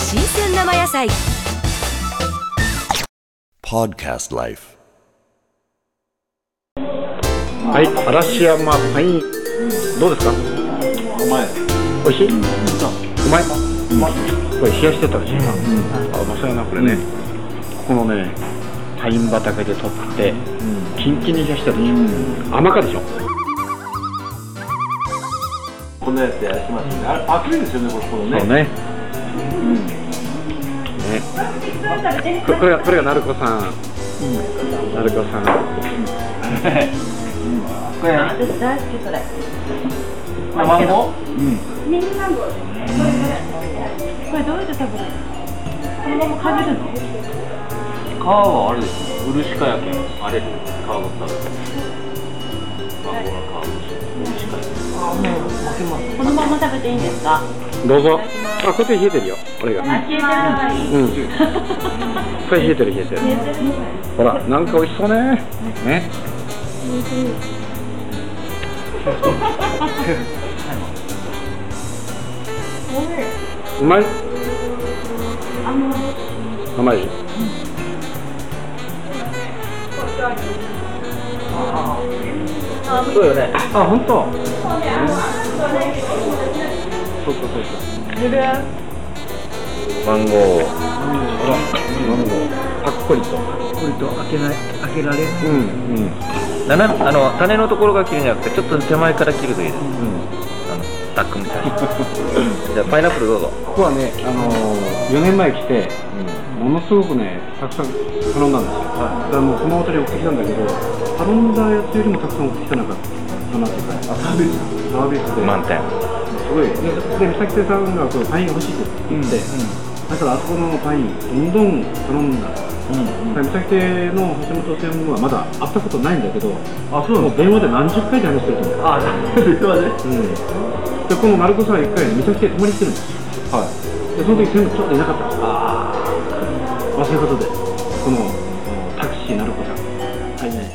生野菜 Podcast Life. はい、嵐山パイン。どうですか。うまい。美味しい。うまい。これ冷やしてたらしいな。あ、うまそうやな、これね。ここのね。パイン畑で取って。キンキンに冷やしてたでしょ。甘かでしょ。こんなやつやらしてますね。あれ、パクリですよね、これ、このそうね。ね。ね。ここれが、これが鳴子さん。鳴子さん。これ、マンゴー。ミニマンゴーですね。これどうやって食べるの？このままかじるの？皮はあれですね。漆かやけん、あれ、皮ごと食べマンゴーの皮このまま食べていいんですか？どうぞ。あ、こっち冷えてるよ。これが。開けまーす。うん。これ冷えてる、冷えてる。ほら、なんか美味しそうね。ね。 うまい。甘い。そうよね。あ、本当。そうそうそうそう。マンゴー。マンゴー。パッコリと。これと開けない開けられうんうん。斜めあの種のところが切るんじゃなくてちょっと手前から切るといいです、あのダックみたい にじゃあパイナップルどうぞここはね、あのー、4年前来て、ものすごくね、たくさん頼んだんですよ、だからもう熊本に送ってきたんだけど、頼んだやつよりもたくさん送ってきたのかったなっていうか、あサービス、サービスで、満点すごい、で、で美咲さんがこのパイン欲しいって言って、だからあそこのパイン、どんどん頼んだ。美咲亭の橋本専務はまだ会ったことないんだけど、あそうもう電話で何十回で話してると思う。あ電話で、うん、でこの丸子さんは1回美咲亭泊まり行ってるんですよ、はい、でその時専務ちょっといなかったんですああ忘れ方でこのタクシー丸子さんはいないで